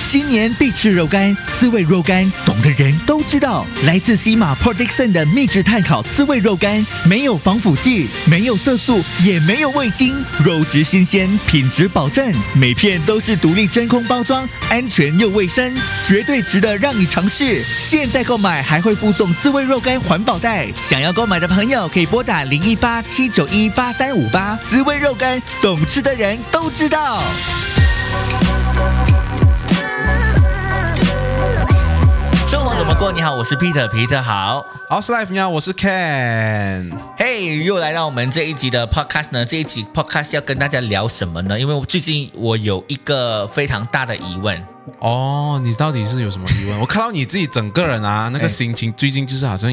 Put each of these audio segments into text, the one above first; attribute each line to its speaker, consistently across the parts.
Speaker 1: 新年必吃肉干，滋味肉干，懂的人都知道。来自西马 Port Dixon 的秘制炭烤滋味肉干，没有防腐剂，没有色素，也没有味精，肉质新鲜，品质保证，每片都是独立真空包装，安全又卫生，绝对值得让你尝试。现在购买还会附送滋味肉干环保袋，想要购买的朋友可以拨打零一八七九一八三五八。滋味肉干，懂吃的人都知道。
Speaker 2: 生活怎么过？你好，我是 Peter，皮特好。
Speaker 3: 好，Slife，你好，我是 Ken。
Speaker 2: 嘿、又来到我们这一集的 podcast 呢。这一集 podcast 要跟大家聊什么呢？因为我最近我有一个非常大的疑问，
Speaker 3: 哦，你到底是有什么疑问？我看到你自己整个人 啊，那
Speaker 2: 哎
Speaker 3: 个心情最近就是好像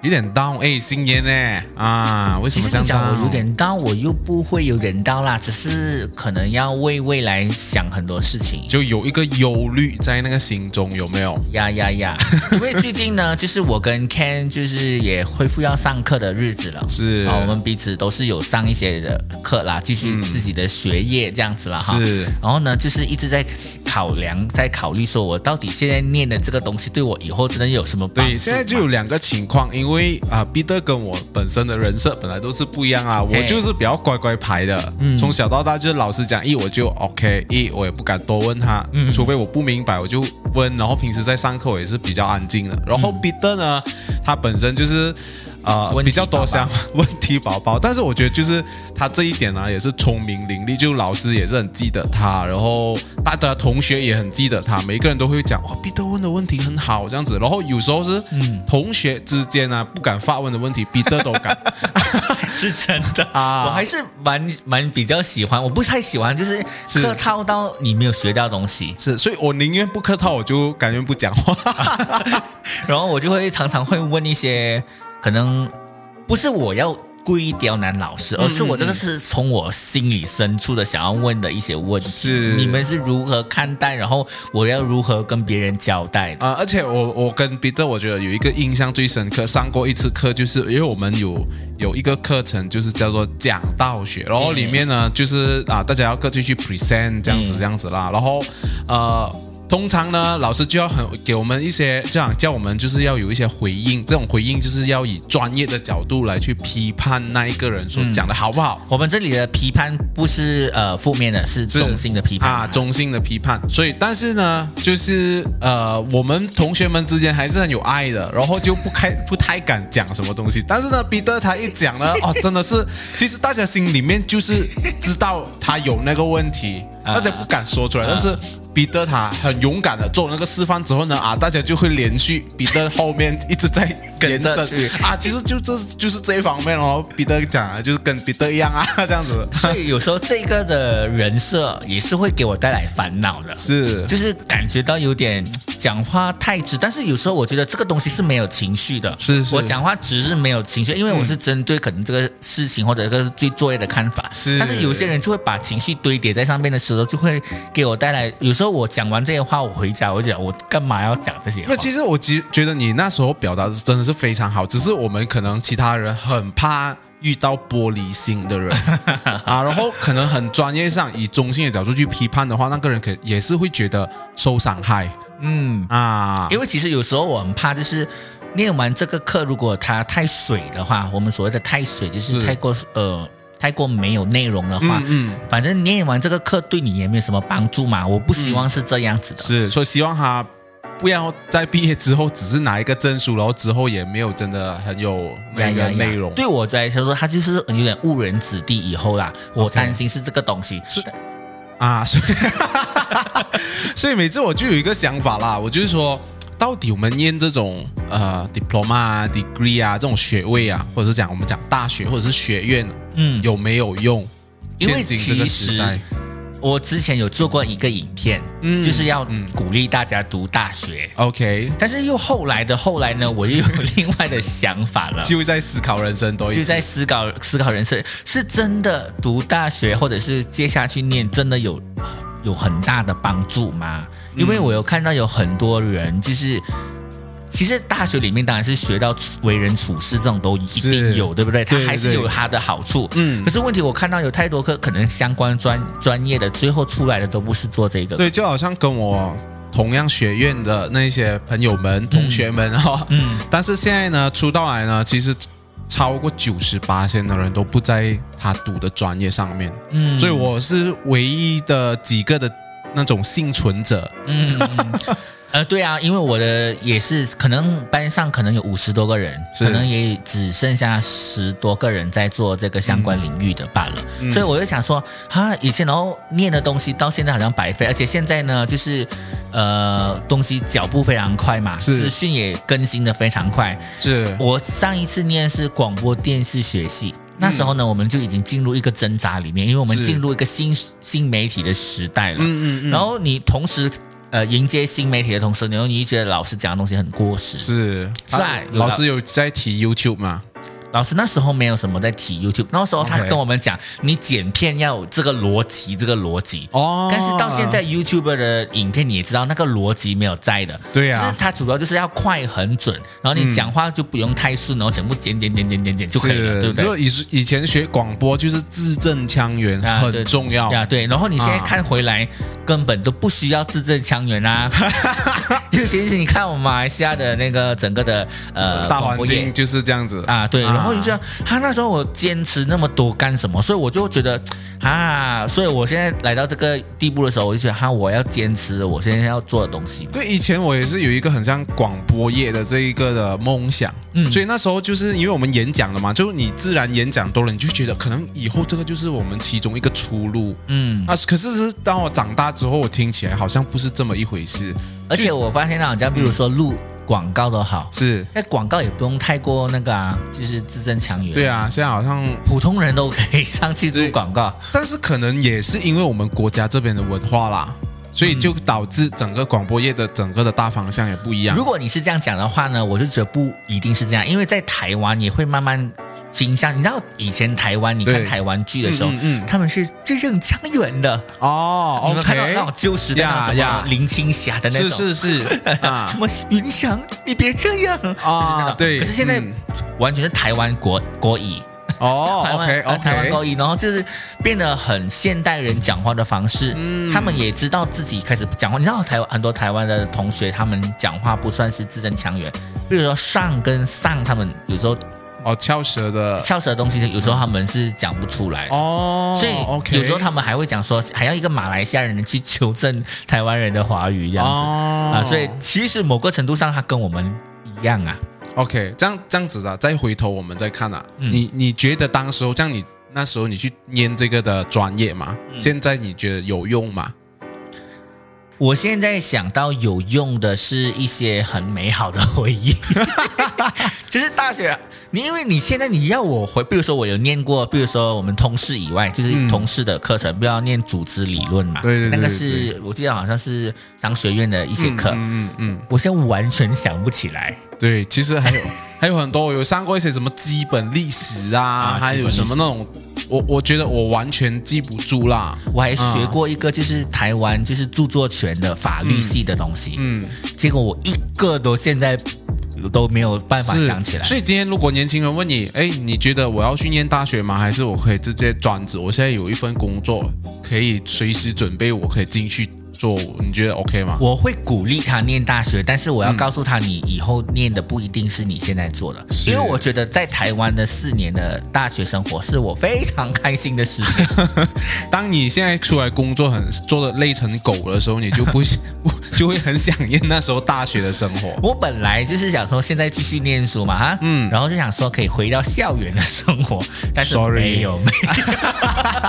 Speaker 3: 有点 down，哎，新年呢 啊，为什
Speaker 2: 其
Speaker 3: 么
Speaker 2: 实
Speaker 3: 这样
Speaker 2: 你讲
Speaker 3: down？
Speaker 2: 我有点刀，我又不会有点刀啦，只是可能要为未来想很多事情。
Speaker 3: 就有一个忧虑在那个心中，有没有？
Speaker 2: 呀呀呀！ 因为最近呢，就是我跟 Ken 就是也恢复要上课的日子了，
Speaker 3: 是嗯
Speaker 2: 啊，我们彼此都是有上一些的课啦，继续自己的学业这样子啦哈。
Speaker 3: 是
Speaker 2: 然后呢，就是一直在考量，在考虑说我到底现在念的这个东西对我以后真的有什么帮助
Speaker 3: 对，
Speaker 2: 吗？
Speaker 3: 现在就有两个情况，因为啊，彼得跟我本身的人设本来都是不一样啊，我
Speaker 2: 嘿嗯
Speaker 3: 就是比较乖乖牌的，从小到大就是老师讲一我就 OK，一我也不敢多问他，
Speaker 2: 嗯
Speaker 3: 除非我不明白我就问，然后平时在上课我也是比较安静的。然后彼得呢，他本身就是。呃
Speaker 2: 嗯问，题
Speaker 3: 比较多想 问题宝宝，但是我觉得就是他这一点呢、也是聪明伶俐，就老师也是很记得他，然后大家同学也很记得他，每一个人都会讲哇，彼得问的问题很好这样子，然后有时候是
Speaker 2: 嗯
Speaker 3: 同学之间啊不敢发问的问题，彼得都敢，
Speaker 2: 是真的
Speaker 3: 啊
Speaker 2: 我还是蛮蛮比较喜欢，我不太喜欢就是
Speaker 3: 是
Speaker 2: 客套到你没有学到东西，
Speaker 3: 是，所以我宁愿不客套，我就甘愿不讲话，
Speaker 2: 然后我就会常常会问一些可能不是我要故意刁难老师，
Speaker 3: 嗯
Speaker 2: 而是我真的是从我心里深处的想要问的一些问题。
Speaker 3: 是
Speaker 2: 你们是如何看待？然后我要如何跟别人交代的？
Speaker 3: 啊、而且我我跟彼得，我觉得有一个印象最深刻，上过一次课，就是因为我们有有一个课程，就是叫做讲道学，然后里面呢，就是啊，大家要各自去 present 这样子、
Speaker 2: 嗯
Speaker 3: 这样子啦，然后呃。通常呢，老师就要很给我们一些这样叫我们就是要有一些回应，这种回应就是要以专业的角度来去批判那一个人所讲的好不好，
Speaker 2: 我们这里的批判不是呃负面的，是
Speaker 3: 是
Speaker 2: 中性的批判
Speaker 3: 啊，中性的批判。所以，但是呢，就是呃，我们同学们之间还是很有爱的，然后就不开不太敢讲什么东西。但是呢，彼得他一讲 呢，哦，真的是，其实大家心里面就是知道他有那个问题，
Speaker 2: 啊
Speaker 3: 啊大家不敢说出来，但是。彼得他很勇敢的做那个示范之后呢，啊，大家就会连续彼得后面一直在
Speaker 2: 跟
Speaker 3: 延
Speaker 2: 着
Speaker 3: 伸
Speaker 2: 去
Speaker 3: 啊，其实就这就是这一方面哦。彼得讲啊，就是跟彼得一样啊，这样 子
Speaker 2: 所以有时候这个的人设也是会给我带来烦恼的。
Speaker 3: 是
Speaker 2: 就是感觉到有点讲话太直，但是有时候我觉得这个东西是没有情绪的，
Speaker 3: 是是
Speaker 2: 我讲话直是没有情绪，因为我是针对可能这个事情或者这个对作业的看法，
Speaker 3: 是
Speaker 2: 但是有些人就会把情绪堆叠在上面的时候，就会给我带来，有时候我讲完这些话，我回家我就讲我干嘛要讲这些话
Speaker 3: 那？其实我觉觉得你那时候表达的真的是非常好，只是我们可能其他人很怕遇到玻璃心的 人啊，然后可能很专业上以中性的角度去批判的话，那个人可也是会觉得受伤害
Speaker 2: 嗯，
Speaker 3: 啊。
Speaker 2: 因为其实有时候我很怕，就是念完这个课，如果它太水的话，我们所谓的太水就是
Speaker 3: 是
Speaker 2: 太过呃太过没有内容的话，
Speaker 3: 嗯
Speaker 2: 反正念完这个课对你也没有什么帮助嘛，我不希望是这样子的。
Speaker 3: 是，所以希望他不要在毕业之后只是拿一个证书，然后之后也没有真的很有
Speaker 2: 呀
Speaker 3: 那
Speaker 2: 呀
Speaker 3: 个
Speaker 2: 呀
Speaker 3: 内容。
Speaker 2: 对我来说，他就是有点误人子弟以后啦。我担心是这个东西，
Speaker 3: 是啊，所以所以 每次我就有一个想法啦，我就是说，到底我们念这种呃 diploma 啊、degree 啊这种学位啊，或者是讲我们讲大学或者是学院，
Speaker 2: 嗯，
Speaker 3: 有没有用？
Speaker 2: 因为
Speaker 3: 现今这个
Speaker 2: 其实
Speaker 3: 时代，
Speaker 2: 我之前有做过一个影片，
Speaker 3: 嗯
Speaker 2: 就是要
Speaker 3: 嗯
Speaker 2: 鼓励大家读大学。
Speaker 3: ，OK，
Speaker 2: 但是又后来的后来呢，我又有 另外的想法了。
Speaker 3: 就在思考人生多一次
Speaker 2: 就在思考思考人生，是真的读大学或者是接下去念，真的有有很大的帮助吗？因为我有看到有很多人就是。其实大学里面当然是学到为人处事这种都一定
Speaker 3: 是
Speaker 2: 有，对不对？它
Speaker 3: 对
Speaker 2: 还是
Speaker 3: 对
Speaker 2: 有它的好处。
Speaker 3: 嗯
Speaker 2: 可是问题我看到有太多科可能相关专专业的，最后出来的都不是做这个。
Speaker 3: 对，就好像跟我。同样学院的那些朋友们、同学们哈、
Speaker 2: 嗯
Speaker 3: 但是现在呢，出道来呢，其实超过九十八线的人都不在他读的专业上面，
Speaker 2: 嗯，
Speaker 3: 所以我是唯一的几个的那种幸存者。
Speaker 2: 嗯，呃，对啊，因为我的也是，可能班上可能有五十多个人，
Speaker 3: 是
Speaker 2: 可能也只剩下十多个人在做这个相关领域的罢了。
Speaker 3: 嗯
Speaker 2: 所以我就想说，啊，以前然后念的东西到现在好像白费，而且现在呢，就是呃，东西脚步非常快嘛，
Speaker 3: 是
Speaker 2: 资讯也更新的非常快，
Speaker 3: 是
Speaker 2: 我上一次念是广播电视学系，那时候呢，我们就已经进入一个挣扎里面，因为我们
Speaker 3: 嗯是
Speaker 2: 进入一个新新媒体的时代了。
Speaker 3: 嗯
Speaker 2: 然后你同时呃迎接新媒体的同时，然后你就觉得老师讲的东西很过时。
Speaker 3: 是
Speaker 2: 是啊
Speaker 3: 啊
Speaker 2: 有
Speaker 3: 老师有在提 YouTube 吗？
Speaker 2: 老师那时候没有什么在提 YouTube，那时候他
Speaker 3: OK
Speaker 2: 跟我们讲，你剪片要有这个逻辑，这个逻辑。
Speaker 3: 哦
Speaker 2: 但是到现在 YouTube 的影片，你也知道那个逻辑没有在的，
Speaker 3: 对啊嗯
Speaker 2: 就是它主要就是要快很准，然后你讲话就不用太顺，然后全部剪剪剪剪剪剪就可以了，
Speaker 3: 是
Speaker 2: 对不对？
Speaker 3: 就以以前学广播就是字正腔圆，
Speaker 2: 啊对
Speaker 3: 很重要。
Speaker 2: 呀，对。然后你现在
Speaker 3: 哦啊
Speaker 2: 看回来，根本都不需要字正腔 圆啊。尤其是你看我们马来西亚的那个整个的呃
Speaker 3: 大
Speaker 2: 广
Speaker 3: 环
Speaker 2: 播业
Speaker 3: 境就是这样子
Speaker 2: 啊，对。
Speaker 3: 啊
Speaker 2: 然后你就他那时候我坚持那么多干什么？所以我就觉得啊，所以我现在来到这个地步的时候，我就觉得哈、我要坚持我现在要做的东西。
Speaker 3: 对，以前我也是有一个很像广播业的这一个的梦想，
Speaker 2: 嗯
Speaker 3: 所以那时候就是因为我们演讲了嘛，就是你自然演讲多了，你就觉得可能以后这个就是我们其中一个出路。
Speaker 2: 嗯，
Speaker 3: 啊，可是是当我长大之后，我听起来好像不是这么一回事，
Speaker 2: 而且我发现到好像比如说录广告都好，
Speaker 3: 是
Speaker 2: 那广告也不用太过那个啊，就是字正腔圆。
Speaker 3: 对，啊，现在好像，
Speaker 2: 普通人都可以上去录
Speaker 3: 对
Speaker 2: 广告。
Speaker 3: 但是可能也是因为我们国家这边的文化啦，所以就导致整个广播业的整个的大方向也不一样
Speaker 2: 如。果你是这样讲的话呢，我就觉得不一定是这样，因为在台湾也会慢慢倾向。你知道以前台湾，你看
Speaker 3: 对
Speaker 2: 台湾剧的时候，
Speaker 3: 嗯嗯嗯
Speaker 2: 他们是字正腔圆的。
Speaker 3: 哦
Speaker 2: 你们看到那种
Speaker 3: ，OK，
Speaker 2: 旧时代那种什
Speaker 3: 呀
Speaker 2: 么林青霞的那种，
Speaker 3: 是是是 啊
Speaker 2: 什么云翔，你别这样就是那种
Speaker 3: 对
Speaker 2: 可是现在
Speaker 3: 嗯
Speaker 2: 完全是台湾国国语。
Speaker 3: 哦
Speaker 2: 台湾
Speaker 3: ，OK
Speaker 2: 呃台湾
Speaker 3: OK，
Speaker 2: 高一，然后就是变得很现代人讲话的方式，
Speaker 3: 嗯
Speaker 2: 他们也知道自己开始讲话。你知道台湾很多台湾的同学，他们讲话不算是字正腔圆，比如说上跟上，他们有时候
Speaker 3: 哦，翘舌的
Speaker 2: 翘舌的东西，有时候他们是讲不出来。
Speaker 3: 哦，
Speaker 2: 所
Speaker 3: OK，
Speaker 2: 以有时候他们还会讲说，哎还要一个马来西亚人去纠正台湾人的华语这样子
Speaker 3: 哦
Speaker 2: 啊，所以其实某个程度上，他跟我们一样啊。
Speaker 3: OK，这样这样子啊，再回头我们再看啊，
Speaker 2: 嗯
Speaker 3: 你你觉得当时候这样你那时候你去念这个的专业嘛，
Speaker 2: 嗯
Speaker 3: 现在你觉得有用吗？
Speaker 2: 我现在想到有用的是一些很美好的 回忆，就是大学，你因为你现在你要我回，比如说我有念过，比如说我们通识以外，就是
Speaker 3: 嗯
Speaker 2: 同事的课程，不要念组织理论嘛，
Speaker 3: 对对对
Speaker 2: 那个是我记得好像是商学院的一些课，
Speaker 3: 嗯嗯嗯
Speaker 2: 我现在完全想不起来。
Speaker 3: 嗯，对，其实 还有还有很多，我有上过一些什么基本历史啊，
Speaker 2: 啊
Speaker 3: 还有什么
Speaker 2: 基
Speaker 3: 那种，我我觉得我完全记不住啦。
Speaker 2: 我还学过一个就是台湾就是著作权的法律系的东西，
Speaker 3: 嗯，
Speaker 2: 结果我一个都现在都没有办法
Speaker 3: 是
Speaker 2: 想起来。
Speaker 3: 所以今天如果年轻人问你，哎，你觉得我要去念大学吗？还是我可以直接转职？我现在有一份工作，可以随时准备，我可以进去做，你觉得 OK 吗？
Speaker 2: 我会鼓励他念大学，但是我要告诉他，你以后念的不一定是你现在做的，
Speaker 3: 是
Speaker 2: 因为我觉得在台湾的四年的大学生活是我非常开心的事情。
Speaker 3: 当你现在出来工作很做的累成狗的时候，你就不 不就会很想念那时候大学的生活。
Speaker 2: 我本来就是想说现在继续念书嘛，哈，嗯，然后就想说可以回到校园的生活，但是
Speaker 3: Sorry
Speaker 2: 没有，没有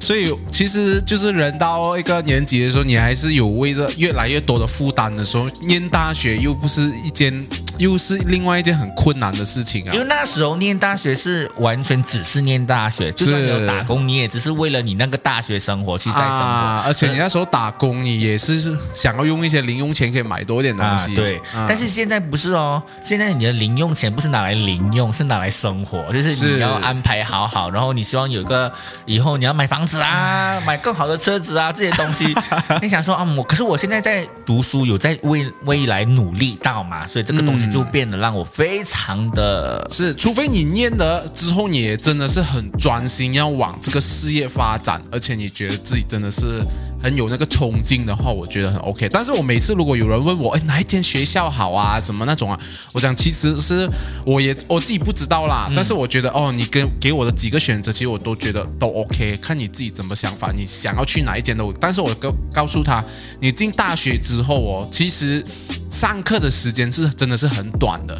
Speaker 3: 所以其实就是人到一个年纪的时候，你还是有为着越来越多的负担的时候，念大学又不是一件，又是另外一件很困难的事情啊
Speaker 2: 因。为那时候念大学是完全只是念大学，就算你有打工，你也只是为了你那个大学生活去在生活。
Speaker 3: 啊，而且你那时候打工，你也是想要用一些零用钱可以买多一点
Speaker 2: 啊
Speaker 3: 东西。，
Speaker 2: 对，
Speaker 3: 啊
Speaker 2: 但是现在不是哦，现在你的零用钱不是拿来零用，是拿来生活，就是
Speaker 3: 是
Speaker 2: 你要安排好好，然后你希望有个以后你要买房子 啊，买更好的车子啊这些东 西，你想说啊，我可是我现在在读书，有在为未来努力到嘛，所以这个东西就变得让我非常的
Speaker 3: 是，除非你念了之后，你也真的是很专心要往这个事业发展，而且你觉得自己真的是很有那个冲劲的话，我觉得很 OK。但是我每次如果有人问我，哎，哪一间学校好啊，什么那种啊，我讲其实是我也我自己不知道啦，但是我觉得哦，你跟给我的几个选择，其实我都觉得都 OK，看你自己怎么想法，你想要去哪一间都。但是我告告诉他，你进大学之后哦，其实上课的时间是真的是很短的。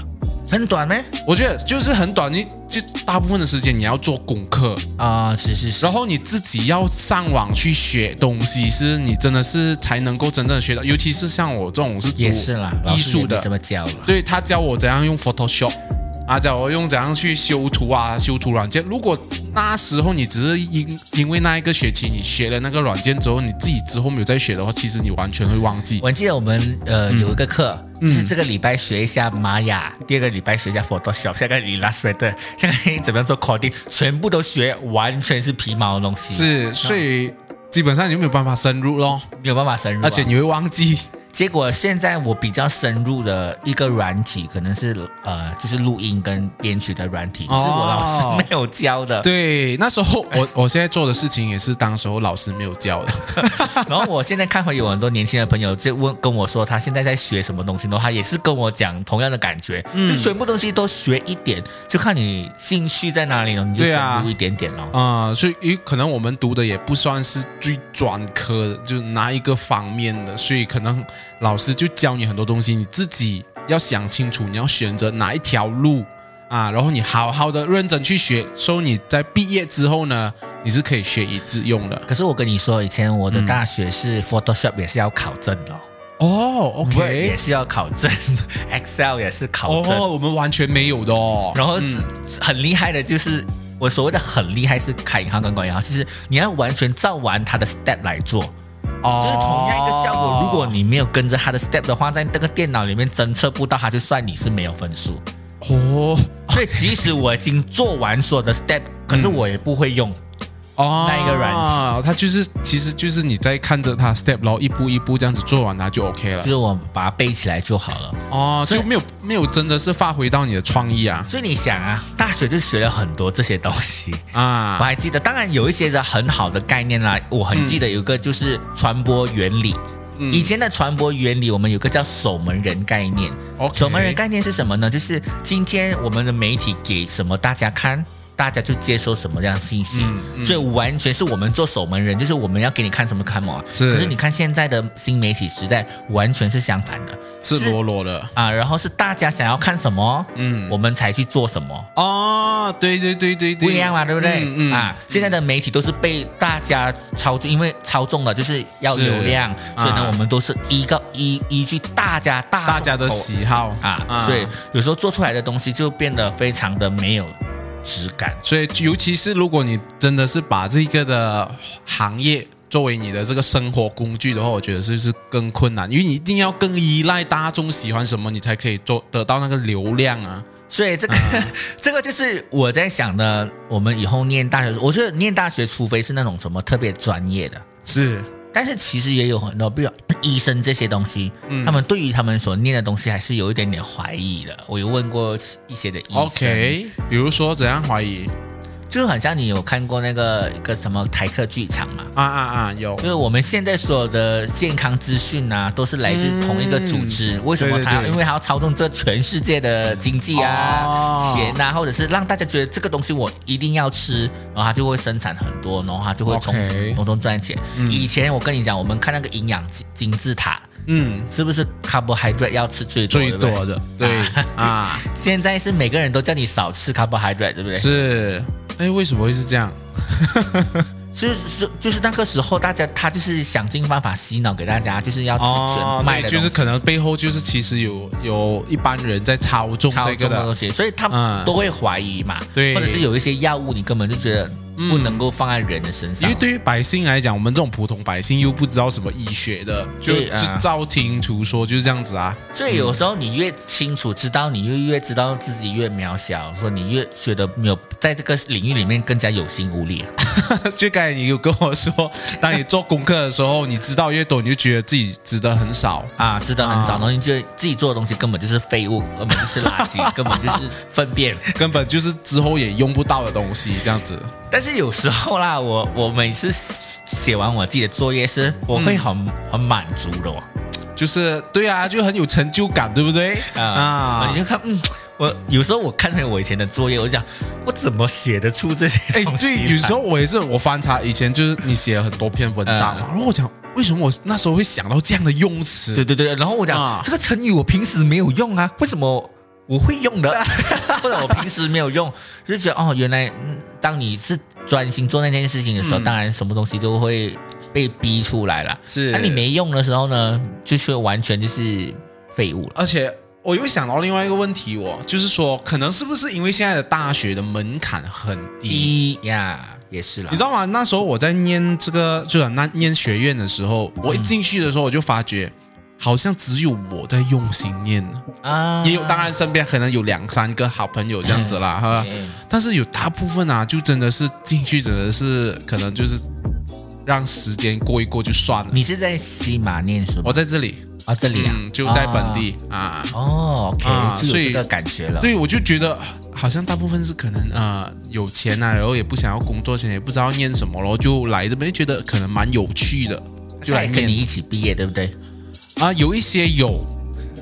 Speaker 2: 很短咩？
Speaker 3: 我觉得就是很短，你就大部分的时间你要做功课，
Speaker 2: 啊、是是是，
Speaker 3: 然后你自己要上网去学东西，是你真的是才能够真正地学到。尤其是像我这种是读
Speaker 2: 也是啦，老
Speaker 3: 艺
Speaker 2: 师
Speaker 3: 术
Speaker 2: 也没
Speaker 3: 的
Speaker 2: 怎，么教了。
Speaker 3: 对他教我怎样用 Photoshop，啊，教我用怎样去修图啊，修图软件。如果那时候你只是因因为那一个学期你学了那个软件之后，你自己之后没有再学的话，其实你完全会忘记。
Speaker 2: 我记得我们呃、
Speaker 3: 嗯
Speaker 2: 有一个课，就是这个礼拜学一下玛雅，第二个礼拜学一下 Photoshop，下个礼拜 Illustrator，下个礼拜怎么样做 coding，全部都学，完全是皮毛的东西，
Speaker 3: 是，所以基本上你就没有办法深入咯，
Speaker 2: 没有办法深入啊、
Speaker 3: 而且你会忘记。
Speaker 2: 结果现在我比较深入的一个软体，可能是呃，就是录音跟编曲的软体，
Speaker 3: 哦
Speaker 2: 是我老师没有教的。
Speaker 3: 对，那时候我我现在做的事情也是当时候老师没有教的，
Speaker 2: 然后我现在看回有很多年轻的朋友就问跟我说，他现在在学什么东西，然后他也是跟我讲同样的感觉，
Speaker 3: 嗯
Speaker 2: 就全部东西都学一点，就看你兴趣在哪里了，你就
Speaker 3: 对啊
Speaker 2: 深入一点点咯。
Speaker 3: 啊、所以因为可能我们读的也不算是最专科的，就哪一个方面的，所以可能老师就教你很多东西，你自己要想清楚，你要选择哪一条路啊，然后你好好的认真去学，所以你在毕业之后呢，你是可以学以致用的。
Speaker 2: 可是我跟你说，以前我的大学是 Photoshop 也是要考证的哦、
Speaker 3: 哦
Speaker 2: Word
Speaker 3: 嗯
Speaker 2: 也
Speaker 3: ，OK，
Speaker 2: 是要考证 ，Excel 也是考证。
Speaker 3: 哦，我们完全没有的哦，
Speaker 2: 然后很厉害的就是。我所谓的很厉害是开银行跟管银行，就是你要完全照完它的 step 来做，
Speaker 3: 哦
Speaker 2: 就是同样一个效果，如果你没有跟着它的 step 的话，在那个电脑里面侦测不到，它就算你是没有分数。
Speaker 3: 哦
Speaker 2: 所以即使我已经做完所有的 step，可是我也不会用。
Speaker 3: 哦，
Speaker 2: 那一个软体
Speaker 3: 它就是其实就是你在看着它 step，然后一步一步这样子做完它就 OK 了
Speaker 2: 就。是我把它背起来就好了。
Speaker 3: 哦，
Speaker 2: 所以
Speaker 3: 就没有没有真的是发挥到你的创意啊
Speaker 2: 所以你想啊，大学就学了很多这些东西，我
Speaker 3: 啊！
Speaker 2: 还记得，当然有一些的很好的概念啦，我很记得有一个就是传播原理。
Speaker 3: 嗯
Speaker 2: 以前的传播原理，我们有个叫守门人概念。
Speaker 3: OK
Speaker 2: 守门人概念是什么呢？就是今天我们的媒体给什么大家看，大家就接收什么样的信息。
Speaker 3: 嗯
Speaker 2: 所以完全是我们做守门人，就是我们要给你看什么看嘛。
Speaker 3: 是
Speaker 2: 可是你看现在的新媒体时代，完全是相反的
Speaker 3: 赤裸裸的
Speaker 2: 啊。然后是大家想要看什么，
Speaker 3: 嗯
Speaker 2: 我们才去做什么。
Speaker 3: 哦，对对对对对，
Speaker 2: 不一样嘛，对不对？
Speaker 3: 嗯嗯
Speaker 2: 啊，现在的媒体都是被大家操纵，因为操纵了就是要
Speaker 3: 是
Speaker 2: 流量，所以呢
Speaker 3: 啊，
Speaker 2: 我们都是依靠依依据大家大
Speaker 3: 大家的
Speaker 2: 众口
Speaker 3: 喜好
Speaker 2: 啊，所以有时候做出来的东西就变得非常的没有质感。
Speaker 3: 所以尤其是如果你真的是把这个的行业作为你的这个生活工具的话，我觉得是是更困难，因为你一定要更依赖大众喜欢什么，你才可以做得到那个流量啊。
Speaker 2: 所以这个、 这个就是我在想的，我们以后念大学，我觉得念大学除非是那种什么特别专业的。
Speaker 3: 是，
Speaker 2: 但是其实也有很多，比如 医生这些东西，
Speaker 3: 嗯
Speaker 2: 他们对于他们所念的东西还是有一点点怀疑的。我有问过一些的医生
Speaker 3: OK，比如说怎样怀疑
Speaker 2: 就是很像你有看过那个一个什么台客剧场嘛？
Speaker 3: 啊啊啊，有
Speaker 2: 就是我们现在所有的健康资讯啊，都是来自同一个组织。为什么
Speaker 3: 对对
Speaker 2: 他要？
Speaker 3: 嗯对
Speaker 2: 因为他要操纵这全世界的经济啊、
Speaker 3: 哦
Speaker 2: 钱啊，或者是让大家觉得这个东西我一定要吃，然后他就会生产很多，然后他就会从
Speaker 3: OK
Speaker 2: 从中赚钱。以前我跟你讲，我们看那个营养金金字塔，
Speaker 3: 嗯
Speaker 2: 是不是 carbohydrate 要吃最多？
Speaker 3: 最
Speaker 2: 对不对
Speaker 3: 多的，对啊
Speaker 2: 现在是每个人都叫你少吃 carbohydrate，对不对？
Speaker 3: 是，哎，为什么会是这样？
Speaker 2: 就是就是那个时候，大家他就是想尽办法洗脑给大家，就是要吃全麦的
Speaker 3: 哦对
Speaker 2: 东
Speaker 3: 就
Speaker 2: 西、
Speaker 3: 是可能背后就是其实有有一般人在操纵
Speaker 2: 超
Speaker 3: 这
Speaker 2: 重
Speaker 3: 个
Speaker 2: 的东
Speaker 3: 的，
Speaker 2: 西，所以他
Speaker 3: 嗯
Speaker 2: 们都会怀疑嘛。
Speaker 3: 对
Speaker 2: 或者是有一些药物，你根本就觉得不能够放在人的身
Speaker 3: 因
Speaker 2: 上
Speaker 3: 为。对于百姓来讲，我们这种普通百姓又不知道什么医学的，就
Speaker 2: 对啊
Speaker 3: 就照听途说，就是这样子啊。
Speaker 2: 所以有时候你越清楚知道，你越越知道自己越渺小，说你越觉得没有在这个领域里面更加有心无力了。
Speaker 3: 就刚才你有跟我说，当你做功课的时候，你知道越多，你就觉得自己知得很少。
Speaker 2: 啊，知道很少，
Speaker 3: 啊
Speaker 2: 然后你觉得自己做的东西根本就是废物，根本就是垃 圾，根本就是粪便。
Speaker 3: 根本就是之后也用不到的东西，这样子。
Speaker 2: 但是有时候啦，我我每次写完我自己的作业时，我会很、
Speaker 3: 嗯
Speaker 2: 很满足的哦。
Speaker 3: 就是对啊，就很有成就感，对不 哎对？
Speaker 2: 啊，你就看，嗯，我有时候我看回我以前的作业，我就想，我怎么写得出这些
Speaker 3: 哎，
Speaker 2: 东西
Speaker 3: 对
Speaker 2: 来？，
Speaker 3: 有时候我也是，我翻查以前就是你写了很多篇文章嘛，然后我想，为什么我那时候会想到这样的用词？
Speaker 2: 对对对，然后我讲、
Speaker 3: 啊
Speaker 2: 这个成语我平时没有用啊，为什么我会用 的？或者我平时没有用，就觉得哦，原来、嗯、当你是专心做那件事情的时候，
Speaker 3: 嗯
Speaker 2: 当然什么东西都会被逼出来了。
Speaker 3: 是
Speaker 2: 那、你没用的时候呢，就是完全就是废物了。
Speaker 3: 而且我又想到另外一个问题哦，就是说，可能是不是因为现在的大学的门槛很低？啊
Speaker 2: 一呀，也是啦。
Speaker 3: 你知道吗？那时候我在念这个，就是那念学院的时候，我一进去的时候，我就发觉，好像只有我在用心念了。
Speaker 2: 啊，
Speaker 3: 也有，当然身边可能有两三个好朋友这样子啦，哈
Speaker 2: 嗯。
Speaker 3: 但是有大部分啊，就真的是进去，真的是可能就是让时间过一过就算了。
Speaker 2: 你是在西马念书吗
Speaker 3: 我在这里，
Speaker 2: 啊，这里啊，
Speaker 3: 嗯，就在本地啊。
Speaker 2: 哦，OK，、
Speaker 3: 啊
Speaker 2: 就
Speaker 3: 所
Speaker 2: 有
Speaker 3: 以
Speaker 2: 这个感觉了。
Speaker 3: 对，我就觉得好像大部分是可能呃有钱啊，然后也不想要工作，钱也不知道念什么，然后就来这边觉得可能蛮有趣的，就
Speaker 2: 就
Speaker 3: 来
Speaker 2: 来跟你
Speaker 3: 念
Speaker 2: 一起毕业，对不对？
Speaker 3: 啊。有一些有，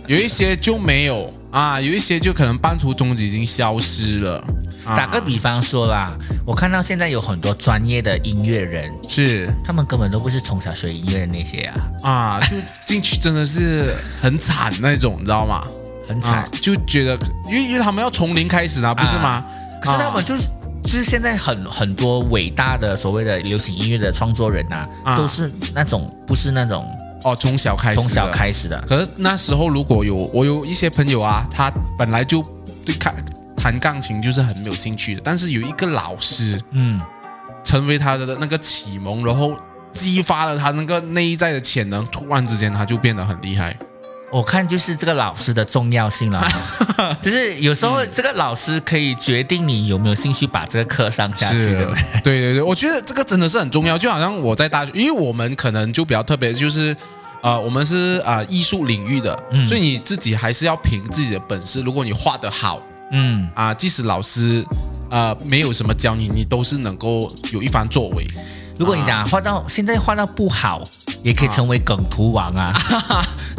Speaker 3: 有一些就没有啊，有一些就可能半途中已经消失了。啊
Speaker 2: 打个比方说啦，我看到现在有很多专业的音乐人，
Speaker 3: 是
Speaker 2: 他们根本都不是从小学音乐的那些啊，
Speaker 3: 啊，就进去真的是很惨那种，你知道吗？
Speaker 2: 很惨。
Speaker 3: 啊就觉得，因为因为他们要从零开始啊，不是吗？
Speaker 2: 可是他
Speaker 3: 啊
Speaker 2: 们就是。就是现在很很多伟大的所谓的流行音乐的创作人呐、
Speaker 3: 啊
Speaker 2: 都是那种不是那种
Speaker 3: 哦，从小开始，
Speaker 2: 从小。开始的，
Speaker 3: 可是那时候如果有我有一些朋友啊，他本来就对看弹钢琴就是很没有兴趣的，但是有一个老师
Speaker 2: 嗯，
Speaker 3: 成为他的那个启蒙，然后激发了他那个内在的潜能，突然之间他就变得很厉害。
Speaker 2: 我看就是这个老师的重要性 了，就是有时候
Speaker 3: 嗯
Speaker 2: 这个老师可以决定你有没有兴趣把这个课上下去，对不 对？
Speaker 3: 对对对，我觉得这个真的是很重要。就好像我在大学，因为我们可能就比较特别，就是。呃，我们是呃艺术领域的，
Speaker 2: 嗯
Speaker 3: 所以你自己还是要凭自己的本事。如果你画得好
Speaker 2: 嗯，
Speaker 3: 啊、即使老师呃没有什么教你，你都是能够有一番作为。
Speaker 2: 如果你
Speaker 3: 啊
Speaker 2: 讲画到现在画到不好，也可以成为梗图王啊，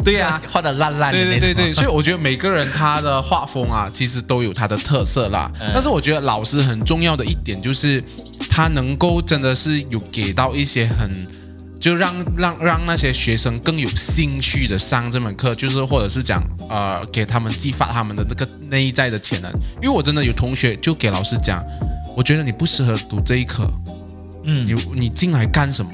Speaker 3: 对
Speaker 2: 对
Speaker 3: 呀、
Speaker 2: 啊，画的烂烂的
Speaker 3: 对对
Speaker 2: 那
Speaker 3: 对
Speaker 2: 种。
Speaker 3: 对，所以我觉得每个人他的画风啊，其实都有他的特色啦。
Speaker 2: 嗯
Speaker 3: 但是我觉得老师很重要的一点就是，他能够真的是有给到一些很。就让让让那些学生更有兴趣的上这门课，就是或者是讲呃，给他们激发他们的这个内在的潜能。因为我真的有同学就给老师讲，我觉得你不适合读这一科，
Speaker 2: 嗯
Speaker 3: 你，你进来干什么？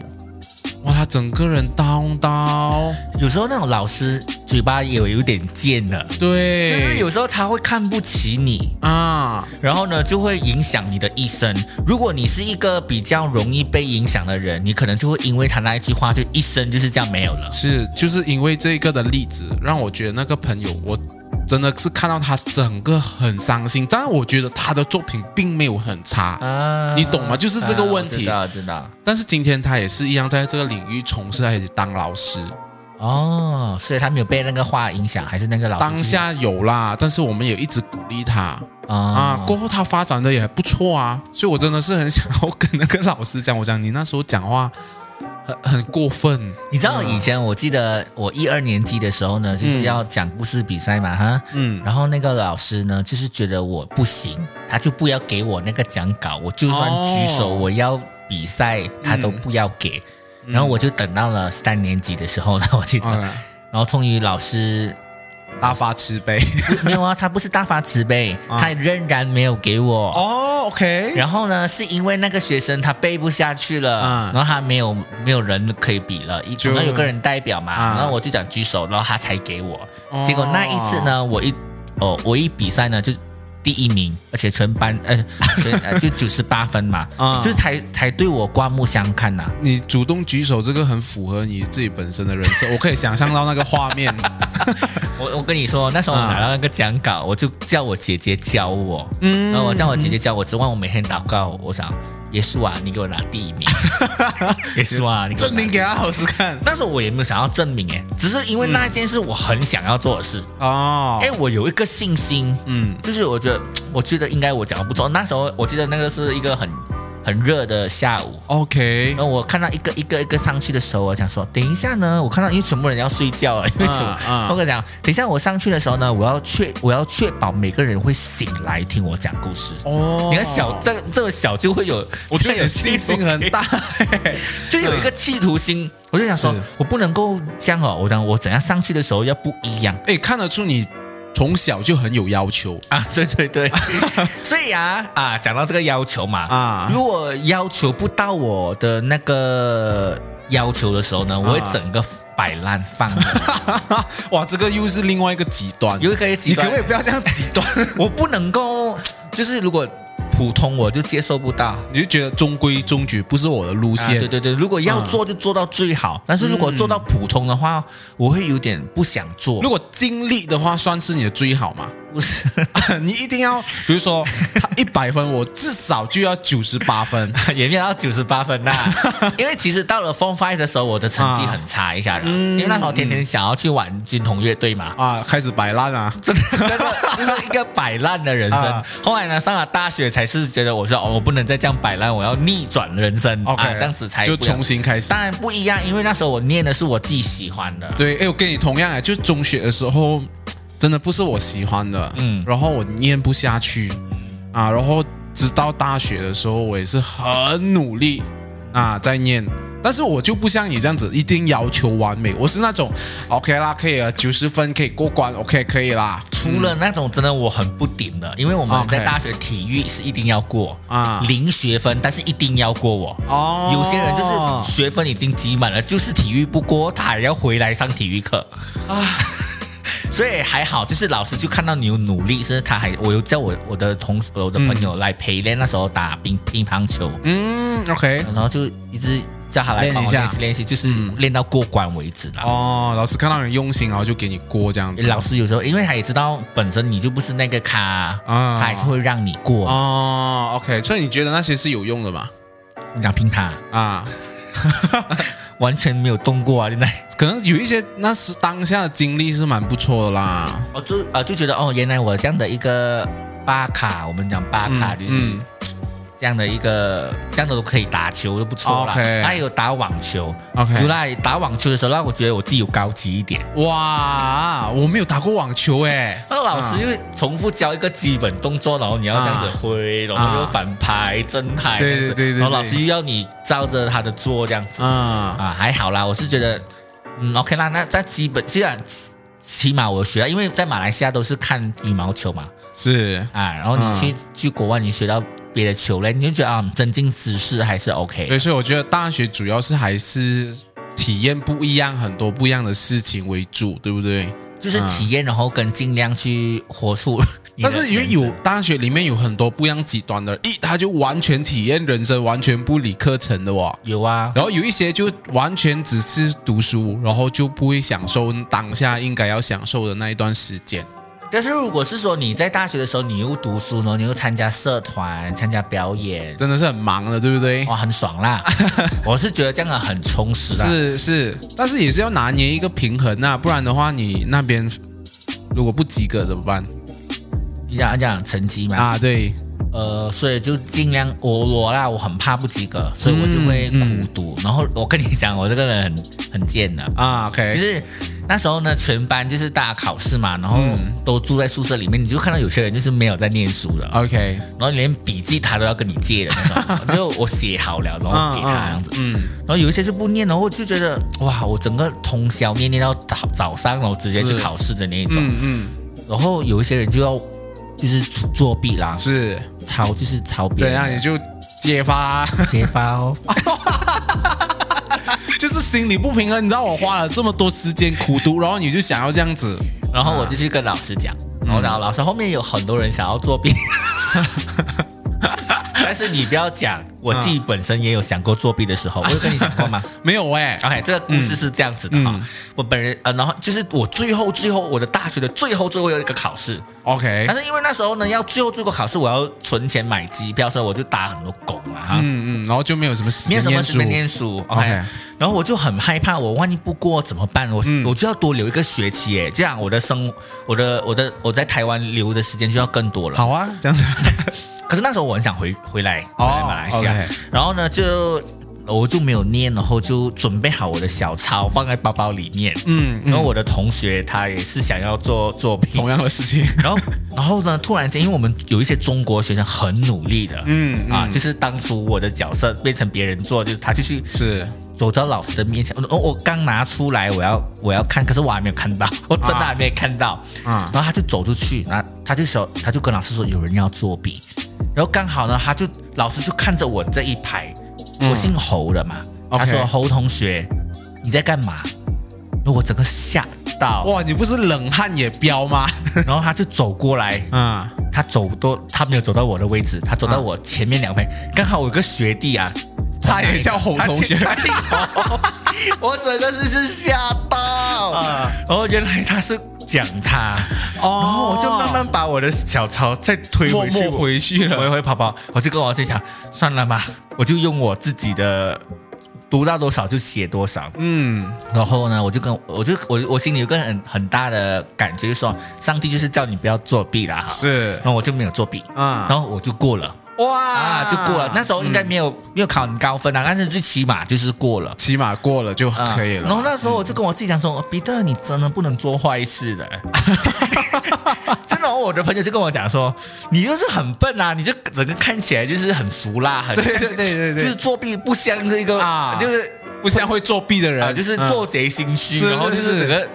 Speaker 3: 哇，他整个人叨叨，
Speaker 2: 有时候那种老师嘴巴也有有点贱的，就
Speaker 3: 对，
Speaker 2: 是有时候他会看不起你，
Speaker 3: 啊，
Speaker 2: 然后呢就会影响你的一生。如果你是一个比较容易被影响的人，你可能就会因为他那一句话，就一生就是这样没有了。
Speaker 3: 是，就是因为这个的例子，让我觉得那个朋友，我真的是看到他整个很伤心。但是我觉得他的作品并没有很差，
Speaker 2: 啊
Speaker 3: 你懂吗就是这个问题
Speaker 2: 啊我知道，知道。
Speaker 3: 但是今天他也是一样在这个领域从事，还是当老师。
Speaker 2: 哦，所以他没有被那个话影响，还是那个老师
Speaker 3: 当下有啦，但是我们也一直鼓励他
Speaker 2: 啊
Speaker 3: 啊。过后他发展的也不错啊，所以我真的是很想要跟那个老师讲，我讲你那时候讲话很很过分，
Speaker 2: 你知道以前我记得我一二年级的时候呢，就是要讲故事比赛嘛，哈，
Speaker 3: 嗯，
Speaker 2: 然后那个老师呢，就是觉得我不行，他就不要给我那个讲稿，我就算举手
Speaker 3: 哦
Speaker 2: 我要比赛，他都不要给。然后我就等到了三年级的时候呢，我 记得，
Speaker 3: 嗯，
Speaker 2: 然后终于老师
Speaker 3: 大发慈悲
Speaker 2: 没有啊，他不是大发慈悲，他仍然没有给我。
Speaker 3: 哦，OK，
Speaker 2: 然后呢，是因为那个学生他背不下去了，
Speaker 3: 嗯
Speaker 2: 然后他没有没有人可以比了，一
Speaker 3: 就
Speaker 2: 总要有个人代表嘛。
Speaker 3: 嗯
Speaker 2: 然后我就讲举手，然后他才给我。
Speaker 3: 哦
Speaker 2: 结果那一次呢，我一哦，我一比赛呢就第一名，而且全班呃全呃 就九十八分嘛，
Speaker 3: 啊
Speaker 2: 就是才才对我刮目相看呐、
Speaker 3: 你主动举手，这个很符合你自己本身的人设，我可以想象到那个画面。
Speaker 2: 我我跟你说，那时候我
Speaker 3: 啊
Speaker 2: 拿到那个讲稿，我就叫我姐姐教我，嗯，然后我叫我姐姐教我，指望我每天祷告，我想耶稣啊，你给我拿第一 名，耶稣啊， 你给我拿
Speaker 3: 证明给他老师看
Speaker 2: 那时候我也没有想要证明，哎，只是因为那件事我很想要做的事，
Speaker 3: 哦
Speaker 2: 哎、我有一个信心，
Speaker 3: 嗯
Speaker 2: 就是我觉得，我觉得应该我讲的不错。那时候我记得那个是一个很很热的下午，
Speaker 3: ，OK，
Speaker 2: 然后我看到一个一个一个上去的时候，我想说，等一下呢，我看到因为全部人要睡觉啊了，因为全部、
Speaker 3: 嗯
Speaker 2: 我跟你讲，等一下我上去的时候呢，我要确我要确保每个人会醒来听我讲故事。
Speaker 3: 哦
Speaker 2: 你看小这这么小就会有，
Speaker 3: 我觉得
Speaker 2: 这
Speaker 3: 你
Speaker 2: 样有
Speaker 3: 的信心很大，
Speaker 2: 就有一个企图心。我就想说
Speaker 3: 是，
Speaker 2: 我不能够这样哦，我讲我怎样上去的时候要不一样
Speaker 3: 哎，看得出你从小就很有要求
Speaker 2: 啊！ 对对对，所以啊啊，讲到这个要求嘛，
Speaker 3: 啊
Speaker 2: 如果要求不到我的那个要求的时候呢，我会整个摆烂放 着。
Speaker 3: 哇，这个又是另外一个极端，
Speaker 2: 有一个极
Speaker 3: 你可
Speaker 2: 端
Speaker 3: 不可以不要这样极 端？
Speaker 2: 我不能够，就是如果普通我就接受不到。
Speaker 3: 你就觉得中规中矩不是我的路
Speaker 2: 啊，
Speaker 3: 线，
Speaker 2: 对对对，如果要
Speaker 3: 嗯
Speaker 2: 做就做到最好，但是如果做到普通的话，我会有点不想做。
Speaker 3: 如果经历的话，算是你的最好嘛？
Speaker 2: 不是
Speaker 3: 你一定要，比如说他一百分，我至少就要九十八分。
Speaker 2: 也没有到九十八分呐、 因为其实到了 Form Five 的时候，我的成绩很差一下的，
Speaker 3: 嗯
Speaker 2: 因为那时候天天想要去玩军统乐队 嘛，
Speaker 3: 啊，开始摆烂啊！
Speaker 2: 真的，真的就是一个摆烂的人生。
Speaker 3: 啊
Speaker 2: 后来呢，上了大学才是觉得我说哦，我不能再这样摆烂，我要逆转人生
Speaker 3: OK，
Speaker 2: 啊，这样子才
Speaker 3: 就
Speaker 2: 不一样
Speaker 3: 重。新开始。
Speaker 2: 当然不一样，因为那时候我念的是我自己喜欢的。
Speaker 3: 对，哎，我跟你同样哎，就中学的时候，真的不是我喜欢的，嗯
Speaker 2: 嗯，
Speaker 3: 然后我念不下去，啊，然后直到大学的时候，我也是很努力啊在念。但是我就不像你这样子，一定要求完美。我是那种，OK 啦，可以了，啊九十分可以过关，OK 可以啦。
Speaker 2: 除了那种真的我很不顶的，因为我们
Speaker 3: 哦 OK
Speaker 2: 在大学体育是一定要过
Speaker 3: 啊
Speaker 2: 啊，零学分，但是一定要过我。
Speaker 3: 哦
Speaker 2: 有些人就是学分已经积满了，就是体育不过，他还要回来上体育课啊。 所以还好，就是老师就看到你有努力，甚至他还我有叫我我的同我的朋友来陪练，那时候打乒乒乓球，
Speaker 3: 嗯，OK。
Speaker 2: 然后就一直叫他来
Speaker 3: 练
Speaker 2: 帮
Speaker 3: 一
Speaker 2: 我
Speaker 3: 下嗯
Speaker 2: 练习练习，就是练到过关为止啦。
Speaker 3: 哦，老师看到你用心，然后就给你过这样子。
Speaker 2: 老师有时候因为他也知道本身你就不是那个咖，
Speaker 3: 啊
Speaker 2: 他还是会让你过，
Speaker 3: 哦，OK，所以你觉得那些是有用的嘛？
Speaker 2: 你讲拼他
Speaker 3: 啊，
Speaker 2: 完全没有动过啊，现在。
Speaker 3: 可能有一些那时当下的经历是蛮不错的啦。
Speaker 2: 我就呃就觉得哦，原来我这样的一个巴卡，我们讲巴卡、
Speaker 3: 嗯
Speaker 2: 就是
Speaker 3: 嗯
Speaker 2: 这样的一个，这样的都可以打球都不错啦。
Speaker 3: OK
Speaker 2: 那也有打网球
Speaker 3: OK
Speaker 2: 有啦，打网球的时候让我觉得我自己有高级一点。
Speaker 3: 哇，我没有打过网球哎、
Speaker 2: 那 老师又重复教一个基本动作，然后你要这样子挥，然后又反拍、正拍，
Speaker 3: 对
Speaker 2: 这样子
Speaker 3: 对对对对
Speaker 2: 然后老师又要你照着他的做这样子
Speaker 3: 啊，
Speaker 2: 啊，还好啦，我是觉得，嗯，OK 啦，那那基本虽然起码我学到，因为在马来西亚都是看羽毛球嘛，
Speaker 3: 是
Speaker 2: 啊，然后你
Speaker 3: 嗯
Speaker 2: 去、去国外，你学到别的球类，你就觉得啊，增进知识还是 OK。
Speaker 3: 对，所以我觉得大学主要是还是体验不一样，很多不一样的事情为主，对不对？
Speaker 2: 就是体验，然后跟尽量去活出你的
Speaker 3: 嗯但
Speaker 2: 人生。
Speaker 3: 是因为有大学里面有很多不一样极端的，一他就完全体验人生，完全不理课程的哇、
Speaker 2: 有啊，
Speaker 3: 然后有一些就完全只是读书，然后就不会享受当下应该要享受的那一段时间。
Speaker 2: 但是如果是说你在大学的时候，你又读书呢，你又参加社团、参加表演，
Speaker 3: 真的是很忙的，对不对？
Speaker 2: 哇，很爽 啦！我是觉得这样很充实啦。
Speaker 3: 是是，但是也是要拿捏一个平衡啊，不然的话你那边如果不及格怎么办
Speaker 2: 你讲你讲成绩嘛，
Speaker 3: 啊？对，
Speaker 2: 呃，所以就尽量我我啦，我很怕不及格，所以我就会苦读。然后我跟你讲，我这个人很很贱的，
Speaker 3: 啊
Speaker 2: 就
Speaker 3: ，OK，
Speaker 2: 是那时候呢，全班就是大家考试嘛，然后都住在宿舍里面，你就看到有些人就是没有在念书的，
Speaker 3: OK，
Speaker 2: 然后连笔记他都要跟你借的 那种，就我写好了，
Speaker 3: 啊
Speaker 2: 然后给他这样子。
Speaker 3: 嗯，
Speaker 2: 然后有一些是不念，然后我就觉得哇，我整个通宵念念到早早上，然后直接去
Speaker 3: 是
Speaker 2: 考试的那一种。
Speaker 3: 嗯嗯，
Speaker 2: 然后有一些人就要就是作弊啦，
Speaker 3: 是
Speaker 2: 抄就是抄别
Speaker 3: 怎
Speaker 2: 人
Speaker 3: 样
Speaker 2: 的
Speaker 3: 你就揭发，
Speaker 2: 揭发 哦。
Speaker 3: 就是心理不平衡。你知道我花了这么多时间苦读，然后你就想要这样子
Speaker 2: 然后我就去跟老师讲，然后老老师后面有很多人想要作弊，但是你不要讲，我自己本身也有想过作弊的时候，我有跟你讲过吗？
Speaker 3: 没有哎、
Speaker 2: OK，这个故事是这样子的哈、
Speaker 3: 嗯
Speaker 2: 我本人呃，然后就是我最后最后我的大学的最后最后一个考试，
Speaker 3: OK，
Speaker 2: 但是因为那时候呢要最后最后考试，我要存钱买机票，所以我就打很多工了哈。
Speaker 3: 嗯嗯，然后就没有什么时
Speaker 2: 没有
Speaker 3: 间
Speaker 2: 什么
Speaker 3: 念
Speaker 2: 时
Speaker 3: 书
Speaker 2: 间念书
Speaker 3: OK
Speaker 2: ，OK，然后我就很害怕，我万一不过怎么办？我、
Speaker 3: 嗯
Speaker 2: 我就要多留一个学期，哎，这样我的生，我的我的我在台湾留的时间就要更多了。
Speaker 3: 好啊，这 样子
Speaker 2: 可是那时候我很想回回来，回
Speaker 3: 哦
Speaker 2: 来马来西亚
Speaker 3: OK
Speaker 2: 然后呢就我就没有念，然后就准备好我的小抄放在包包里面。
Speaker 3: 嗯
Speaker 2: 嗯，然后我的同学他也是想要做作品
Speaker 3: 同，样的事情。
Speaker 2: 然后然后呢突然间，因为我们有一些中国学生很努力的，
Speaker 3: 嗯
Speaker 2: 嗯啊，
Speaker 3: 嗯
Speaker 2: 就是当初我的角色变成别人做，就是他就去
Speaker 3: 是
Speaker 2: 走到老师的面前，我我刚拿出来，我要我要看，可是我还没有看到， 我真的还没看到。
Speaker 3: 啊
Speaker 2: 然后他就走出去，然后他就说，他就跟老师说有人要作弊，然后刚好呢，他就老师就看着我这一排，我姓侯的嘛，
Speaker 3: 嗯 OK
Speaker 2: 他说侯同学你在干嘛？然后我整个吓 到，
Speaker 3: 哇，你不是冷汗也飙吗？
Speaker 2: 然后他就走过来，
Speaker 3: 啊，
Speaker 2: 他走多，他没有走到我的位置，他走到我前面两排，刚好我有个学弟啊，
Speaker 3: 他也叫侯同学
Speaker 2: 他姓侯，我整个是是吓到，
Speaker 3: 啊
Speaker 2: 然后哦原来他是讲他，
Speaker 3: 哦
Speaker 2: 然后我就慢慢把我的小抄再推
Speaker 3: 默
Speaker 2: 回去，
Speaker 3: 默回去
Speaker 2: 我
Speaker 3: 了。
Speaker 2: 也会跑跑，我就跟我自己讲，算了嘛，我就用我自己的读到多少就写多少，
Speaker 3: 嗯，
Speaker 2: 然后呢，我就跟我就我我心里有个很很大的感觉，就是说上帝就是叫你不要作弊啦，哈。
Speaker 3: 是
Speaker 2: 然，后我就没有作弊，
Speaker 3: 嗯
Speaker 2: 然后我就过了啊，
Speaker 3: 哇
Speaker 2: 就过了。那时候应该没有、
Speaker 3: 嗯
Speaker 2: 没有考很高分啊，但是最起码就是过了。
Speaker 3: 起码过了就
Speaker 2: 啊
Speaker 3: 可以
Speaker 2: 然后
Speaker 3: 了。
Speaker 2: 那时候我就跟我自己讲说，彼得，你真的不能做坏 事的。真的，我的朋友就跟我讲说，你就是很笨啊，你就整个看起来就是很俗辣，很
Speaker 3: 对对对对对
Speaker 2: 就是作弊不像这个
Speaker 3: 啊
Speaker 2: 啊，就是
Speaker 3: 不像会作弊的
Speaker 2: 啊，
Speaker 3: 人，
Speaker 2: 就是
Speaker 3: 嗯
Speaker 2: 做贼心虚，
Speaker 3: 是
Speaker 2: 然后就是是
Speaker 3: 是
Speaker 2: 整个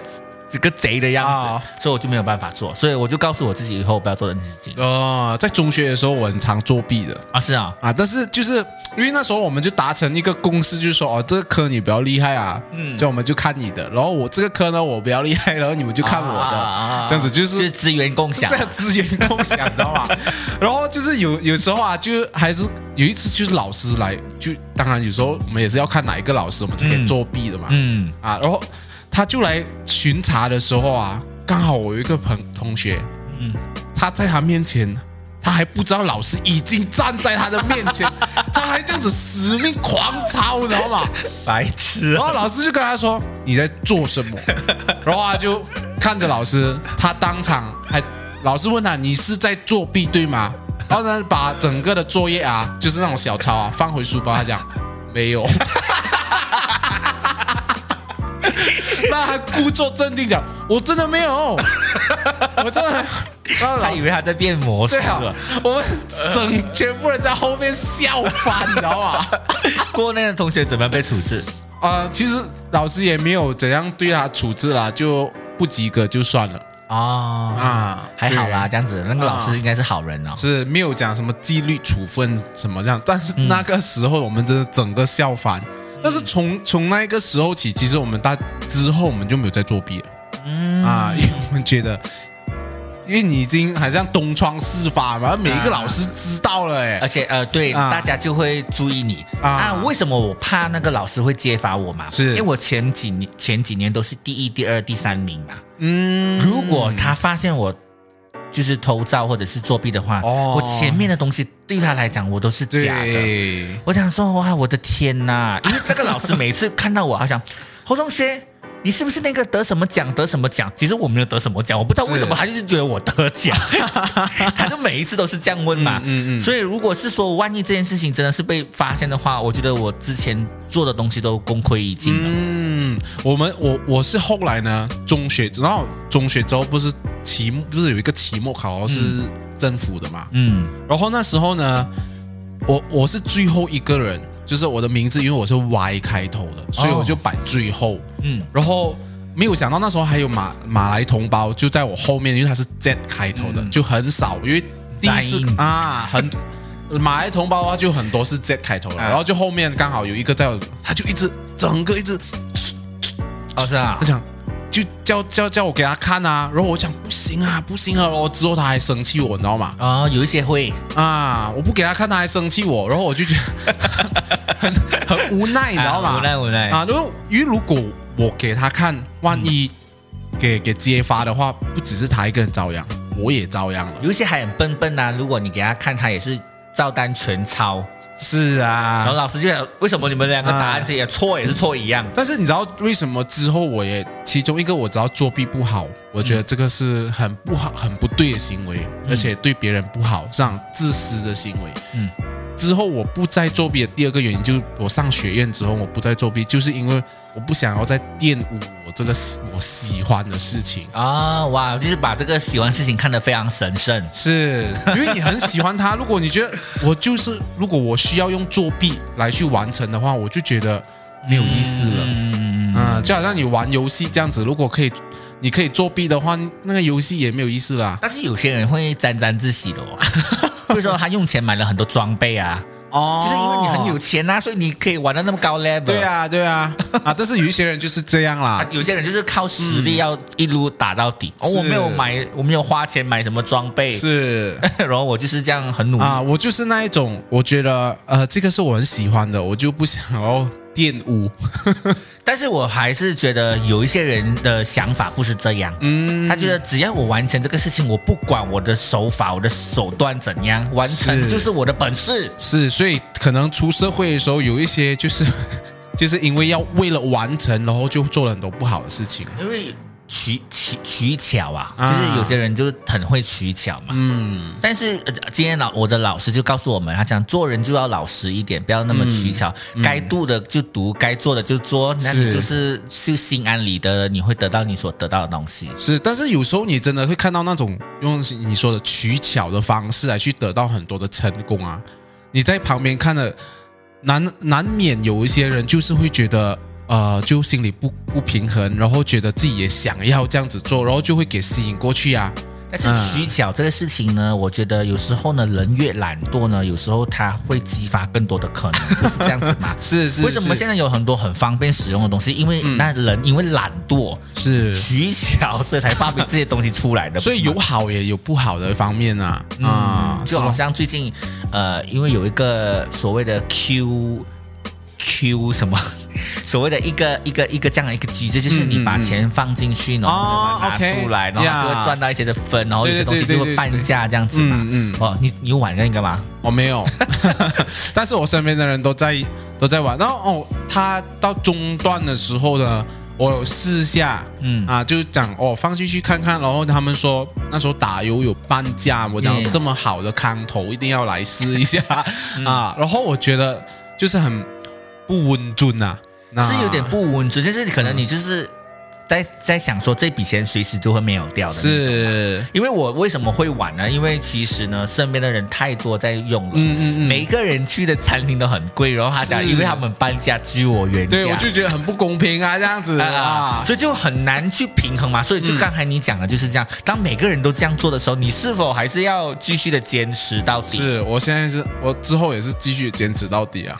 Speaker 2: 整个贼的样子，
Speaker 3: 啊
Speaker 2: 所以我就没有办法做，所以我就告诉我自己以后不要做这件事情
Speaker 3: 哦，在中学的时候我很常作弊的
Speaker 2: 啊，是啊，
Speaker 3: 啊，但是就是因为那时候我们就达成一个共识，就是说哦，这个科你比较厉害啊，嗯，
Speaker 2: 嗯
Speaker 3: 所以我们就看你的，然后我这个科呢我比较厉害，然后你们就看我
Speaker 2: 啊
Speaker 3: 的，这样子就是
Speaker 2: 就是资源共享
Speaker 3: 这个
Speaker 2: 啊，
Speaker 3: 资源共享，知 道吧？然后就是有有时候啊，就还是有一次就是老师来，就当然有时候我们也是要看哪一个老师，我们才可以
Speaker 2: 嗯
Speaker 3: 作弊的嘛。
Speaker 2: 嗯
Speaker 3: 啊，然后他就来巡查的时候啊，刚好我有一个朋同学，
Speaker 2: 嗯，
Speaker 3: 他在他面前，他还不知道老师已经站在他的面 前，他还这样子死命狂抄，你知道吗？
Speaker 2: 白痴啊
Speaker 3: 然后老师就跟他说：“你在做什么？” 然后他就看着老师，他当场还老师问他：“你是在作弊对吗？”然后呢，把整个的作业啊，就是那种小抄啊，放回书包。他讲没有， 那他故作镇定讲：“我真的没有，我真的。”然后老
Speaker 2: 他
Speaker 3: 师
Speaker 2: 以为他在变魔术
Speaker 3: 对啊
Speaker 2: 了。，
Speaker 3: 我们整全部人在后面笑翻，你知道吗？
Speaker 2: 国内的同学怎么样被处置？
Speaker 3: 啊、其实老师也没有怎样对他处置啦，就不及格就算了
Speaker 2: 哦，
Speaker 3: 啊，
Speaker 2: 还好啦，
Speaker 3: 对。啊
Speaker 2: 这样子那个老师应该是好人哦。
Speaker 3: 是没有讲什么纪律处分什么这样，但是那个时候我们真的整个笑翻。但是从从那个时候起，其实我们大之后我们就没有再作弊了、
Speaker 2: 嗯
Speaker 3: 啊，因为我们觉得，因为你已经好像东窗事发嘛，每一个老师知道了哎、
Speaker 2: 而且呃，对，
Speaker 3: 啊
Speaker 2: 大家就会注意你
Speaker 3: 啊
Speaker 2: 啊为什么我怕那个老师会揭发我嘛？
Speaker 3: 是
Speaker 2: 因为我前几年前几年都是第一、第二、第三名嘛。
Speaker 3: 嗯，
Speaker 2: 如果他发现我就是偷照或者是作弊的话，
Speaker 3: 哦
Speaker 2: 我前面的东西对他来讲我都是
Speaker 3: 对
Speaker 2: 假的。我想说，哇，我的天呐！因为那个老师每次看到我，好像侯同学，你是不是那个得什么奖得什么奖？其实我没有得什么奖，我不知道为什么
Speaker 3: 是
Speaker 2: 他就是觉得我 得奖，他就每一次都是这样问嘛。
Speaker 3: 嗯嗯嗯
Speaker 2: 所以如果是说万一这件事情真的是被发现的话，我觉得我之前做的东西都功亏一篑了。
Speaker 3: 嗯，我们我我是后来呢，中学然后中学之后不是期末不是有一个期末考是政府的嘛，
Speaker 2: 嗯
Speaker 3: 然后那时候呢，我我是最后一个人，就是我的名字因为我是 Y 开头的，所以我就摆最后，
Speaker 2: 嗯
Speaker 3: 然后。没有想到那时候还有马马来同胞就在我后面，因为他是 Z 开头的，
Speaker 2: 嗯
Speaker 3: 就很少，因为第一次
Speaker 2: Zain
Speaker 3: 啊，很马来同胞啊，就很多是 Z 开头的，
Speaker 2: 啊
Speaker 3: 然后就后面刚好有一个在我，他就一直整个一直
Speaker 2: 哦是啊
Speaker 3: 他，讲就叫叫叫我给他看啊，然后我讲不行啊，不行啊，然后之后他还生气我，你知道吗？
Speaker 2: 哦，有一些会，
Speaker 3: 啊，我不给他看，他还生气我，然后我就觉得很很无奈，你知道吗？
Speaker 2: 啊无奈无奈
Speaker 3: 啊，然后因为如果我给他看，万一给给揭发的话，不只是他一个人遭殃，我也遭殃了。
Speaker 2: 有一些还很笨笨啊。如果你给他看，他也是照单全抄。
Speaker 3: 是
Speaker 2: 然
Speaker 3: 啊，
Speaker 2: 后老师就想，为什么你们两个答案也错也是错一样？
Speaker 3: 但是你知道为什么之后我也其中一个我知道作弊不好，我觉得这个是很不好、很不对的行为，而且对别人不好，这样自私的行为。
Speaker 2: 嗯，
Speaker 3: 之后我不再作弊的第二个原因，就是我上学院之后我不再作弊，就是因为我不想要再玷污我这个我喜欢的事情。
Speaker 2: 啊、哇，就是把这个喜欢的事情看得非常神圣。
Speaker 3: 是 因为你很喜欢它，如果你觉得我就是，如果我需要用作弊来去完成的话，我就觉得没有意思了。
Speaker 2: 嗯，
Speaker 3: 嗯，就好像你玩游戏这样子，如果可以，你可以作弊的话，那个游戏也没有意思啦。
Speaker 2: 但是有些人会沾沾自喜 的哦，比如说他用钱买了很多装备啊，
Speaker 3: 哦
Speaker 2: 就是因为你很有钱啊，所以你可以玩到那么高 level。
Speaker 3: 对啊，对啊， 啊，但是有一些人就是这样
Speaker 2: 啊
Speaker 3: 啦，
Speaker 2: 有些人就是靠实力要一路打到底。哦，
Speaker 3: 是
Speaker 2: 我没有买，我没有花钱买什么装
Speaker 3: 哎
Speaker 2: 备，
Speaker 3: 是。
Speaker 2: 然后我就是这样很努力。
Speaker 3: 啊，我就是那一种，我觉得呃，这个是我很喜欢的，我就不想要玷污。
Speaker 2: 但是我还是觉得有一些人的想法不是这样。
Speaker 3: 嗯，
Speaker 2: 他觉得只要我完成这个事情，我不管我的手法、我的手段怎样，完成
Speaker 3: 是
Speaker 2: 就是我的本事。
Speaker 3: 是，所以可能出社会的时候有一些就是 就是因为要为了完成，然后就做了很多不好的事情。
Speaker 2: 因为取取取巧啊，就
Speaker 3: 啊
Speaker 2: 是有些人就是很会取巧嘛。
Speaker 3: 嗯，
Speaker 2: 但是呃今天老我的老师就告诉我们，他讲做人就要老实一点，不要那么取巧，
Speaker 3: 嗯
Speaker 2: 该读的就读，该做的就做，那你
Speaker 3: 是
Speaker 2: 就是就心安理得，你会得到你所得到的东西。
Speaker 3: 是，但是有时候你真的会看到那种用你说的取巧的方式来去得到很多的成功啊，你在旁边看了，难难免有一些人就是会觉得。呃，就心里不不平衡，然后觉得自己也想要这样子做，然后就会给吸引过去啊。？
Speaker 2: 但是取巧这个事情呢，我觉得有时候呢，人越懒惰呢，有时候它会激发更多的可能，不是这样子吗
Speaker 3: 是是，嗯
Speaker 2: 为什么现在有很多很方便使用的东西？因为那人因为懒惰、
Speaker 3: 是是
Speaker 2: 取巧，所以才发明这些东西出来的。
Speaker 3: 所以
Speaker 2: 不是吗
Speaker 3: 有好也有不好的方面啊啊、
Speaker 2: 就好
Speaker 3: 是
Speaker 2: 像最近呃，因为有一个所谓的 Q Q 什么， 所谓的一个一个一个这样的一个机制，就是你把钱放进去，然后
Speaker 3: 哦
Speaker 2: 你把它拿
Speaker 3: OK，
Speaker 2: 出来，然后它就会
Speaker 3: yeah
Speaker 2: 赚到一些的分，然后有
Speaker 3: 对
Speaker 2: 些东西
Speaker 3: 对对
Speaker 2: 就会
Speaker 3: 对
Speaker 2: 半
Speaker 3: 对
Speaker 2: 价这样子嘛。
Speaker 3: 嗯嗯
Speaker 2: 哦，你你有玩那个吗？
Speaker 3: 我哦没有， 但是我身边的人都在都在玩。然后哦，他到中段的时候呢，我有试下，嗯
Speaker 2: 嗯
Speaker 3: 啊，就讲哦放进去看看。然后他们说那时候打油有半价，我讲
Speaker 2: Yeah
Speaker 3: 这么好的康头一定要来试一 下
Speaker 2: 嗯
Speaker 3: 啊。然后我觉得就是很不温准呐、那
Speaker 2: 是有点不稳准，就是可能你就是在在想说这笔钱随时都会没有掉的那种。
Speaker 3: 是，
Speaker 2: 因为我为什么会玩呢？因为其实呢，身边的人太多在用了，
Speaker 3: 嗯嗯嗯，
Speaker 2: 每个人去的餐厅都很贵，然后他讲，
Speaker 3: 是
Speaker 2: 因为他们搬家居我原价，
Speaker 3: 对我就觉得很不公平啊，这样子
Speaker 2: 啊
Speaker 3: 啊嗯
Speaker 2: 啊，。所以就很难去平衡嘛。所以就刚才你讲的就是这样，当每个人都这样做的时候，你是否还是要继续的坚持到底？
Speaker 3: 是我现在是我之后也是继续坚持到底啊。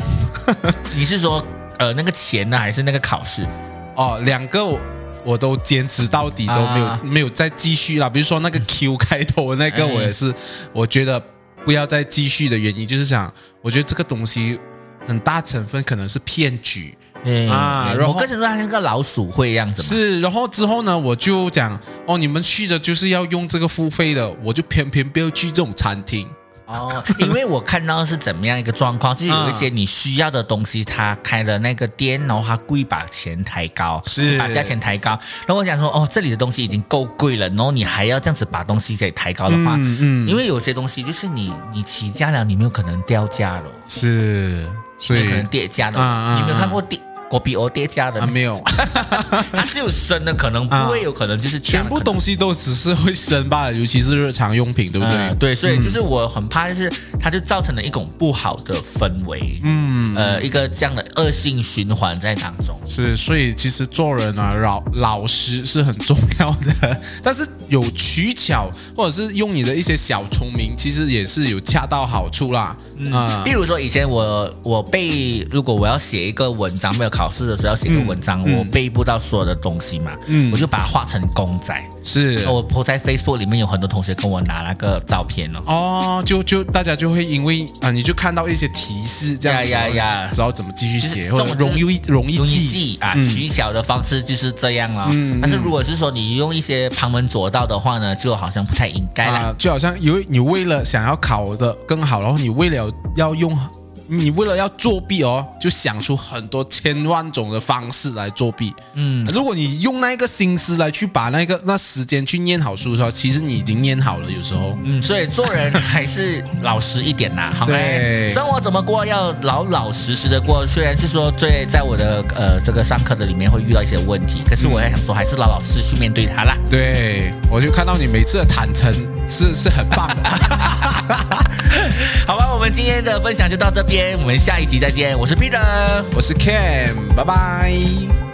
Speaker 2: 你是说呃那个钱呢，还是那个考试？
Speaker 3: 哦，两个我我都坚持到底，都没有、
Speaker 2: 啊
Speaker 3: 没有再继续啦。比如说那个 Q 开头的那个，
Speaker 2: 哎
Speaker 3: 我也是，我觉得不要再继续的原因就是想，我觉得这个东西很大成分可能是骗局。
Speaker 2: 对
Speaker 3: 啊然后
Speaker 2: 我跟你说，它像哎个老鼠会一样子嘛。
Speaker 3: 是，然后之后呢，我就讲哦，你们去的就是要用这个付费的，我就偏偏不要去这种餐厅。
Speaker 2: 哦，因为我看到是怎么样一个状况，就是有一些你需要的东西，他开了那个店，然后他故意把钱抬高，
Speaker 3: 是
Speaker 2: 把价钱抬高。然后我想说，哦，这里的东西已经够贵了，然后你还要这样子把东西给抬高的话，
Speaker 3: 嗯嗯
Speaker 2: 因为有些东西就是你你起价了，你没有可能掉价了，
Speaker 3: 是，所
Speaker 2: 没有可
Speaker 3: 以
Speaker 2: 能跌价的。
Speaker 3: 啊啊
Speaker 2: 你有没有看过跌国币欧跌价的
Speaker 3: 啊？没有，
Speaker 2: 它只有升的可能，不会有可能就是
Speaker 3: 全部
Speaker 2: 懂。
Speaker 3: 东西都只是会生罢了，尤其是日常用品，对不对？
Speaker 2: 呃对，所以就是我很怕，就是它就造成了一种不好的氛围，嗯，呃，一个这样的恶性循环在当中。
Speaker 3: 是，所以其实做人啊，老老实是很重要的。但是有取巧，或者是用你的一些小聪明，其实也是有恰到好处啦。嗯，
Speaker 2: 比如说以前我我被，如果我要写一个文章，没有考试的时候要写个文章，
Speaker 3: 嗯嗯
Speaker 2: 我背不到所有的东西嘛，
Speaker 3: 嗯
Speaker 2: 我就把它画成公仔。
Speaker 3: 是
Speaker 2: 我 po 在 Facebook 里面有很多同学跟我拿那个照片哦。
Speaker 3: 哦，就就大家就会因为啊，你就看到一些提示这样子，
Speaker 2: 呀呀呀
Speaker 3: 然后知道怎么继续写，
Speaker 2: 就
Speaker 3: 或
Speaker 2: 是
Speaker 3: 者容易容易
Speaker 2: 容易
Speaker 3: 记。
Speaker 2: 记啊，
Speaker 3: 嗯
Speaker 2: 取巧的方式就是这样了。
Speaker 3: 嗯
Speaker 2: 但是如果是说你用一些旁门左道的话呢，就好像不太应该啦。
Speaker 3: 啊，就好像因为你为了想要考的更好，然后你为了要用，你为了要作弊哦，就想出很多千万种的方式来作弊。
Speaker 2: 嗯，
Speaker 3: 如果你用那一个心思来去把那个那时间去念好书的时候，其实你已经念好了。有时候，
Speaker 2: 嗯，所以做人还是老实一点呐，好吗？
Speaker 3: 对
Speaker 2: 生活怎么过要老老实实的过。虽然是说最在我的呃这个上课的里面会遇到一些问题，可是我还想说还是老老实实去面对它啦。
Speaker 3: 对我就看到你每次的坦诚是是很棒的。
Speaker 2: 好吧，我们今天的分享就到这边，我们下一集再见。我是 Peter。
Speaker 3: 我是 Cam，拜拜。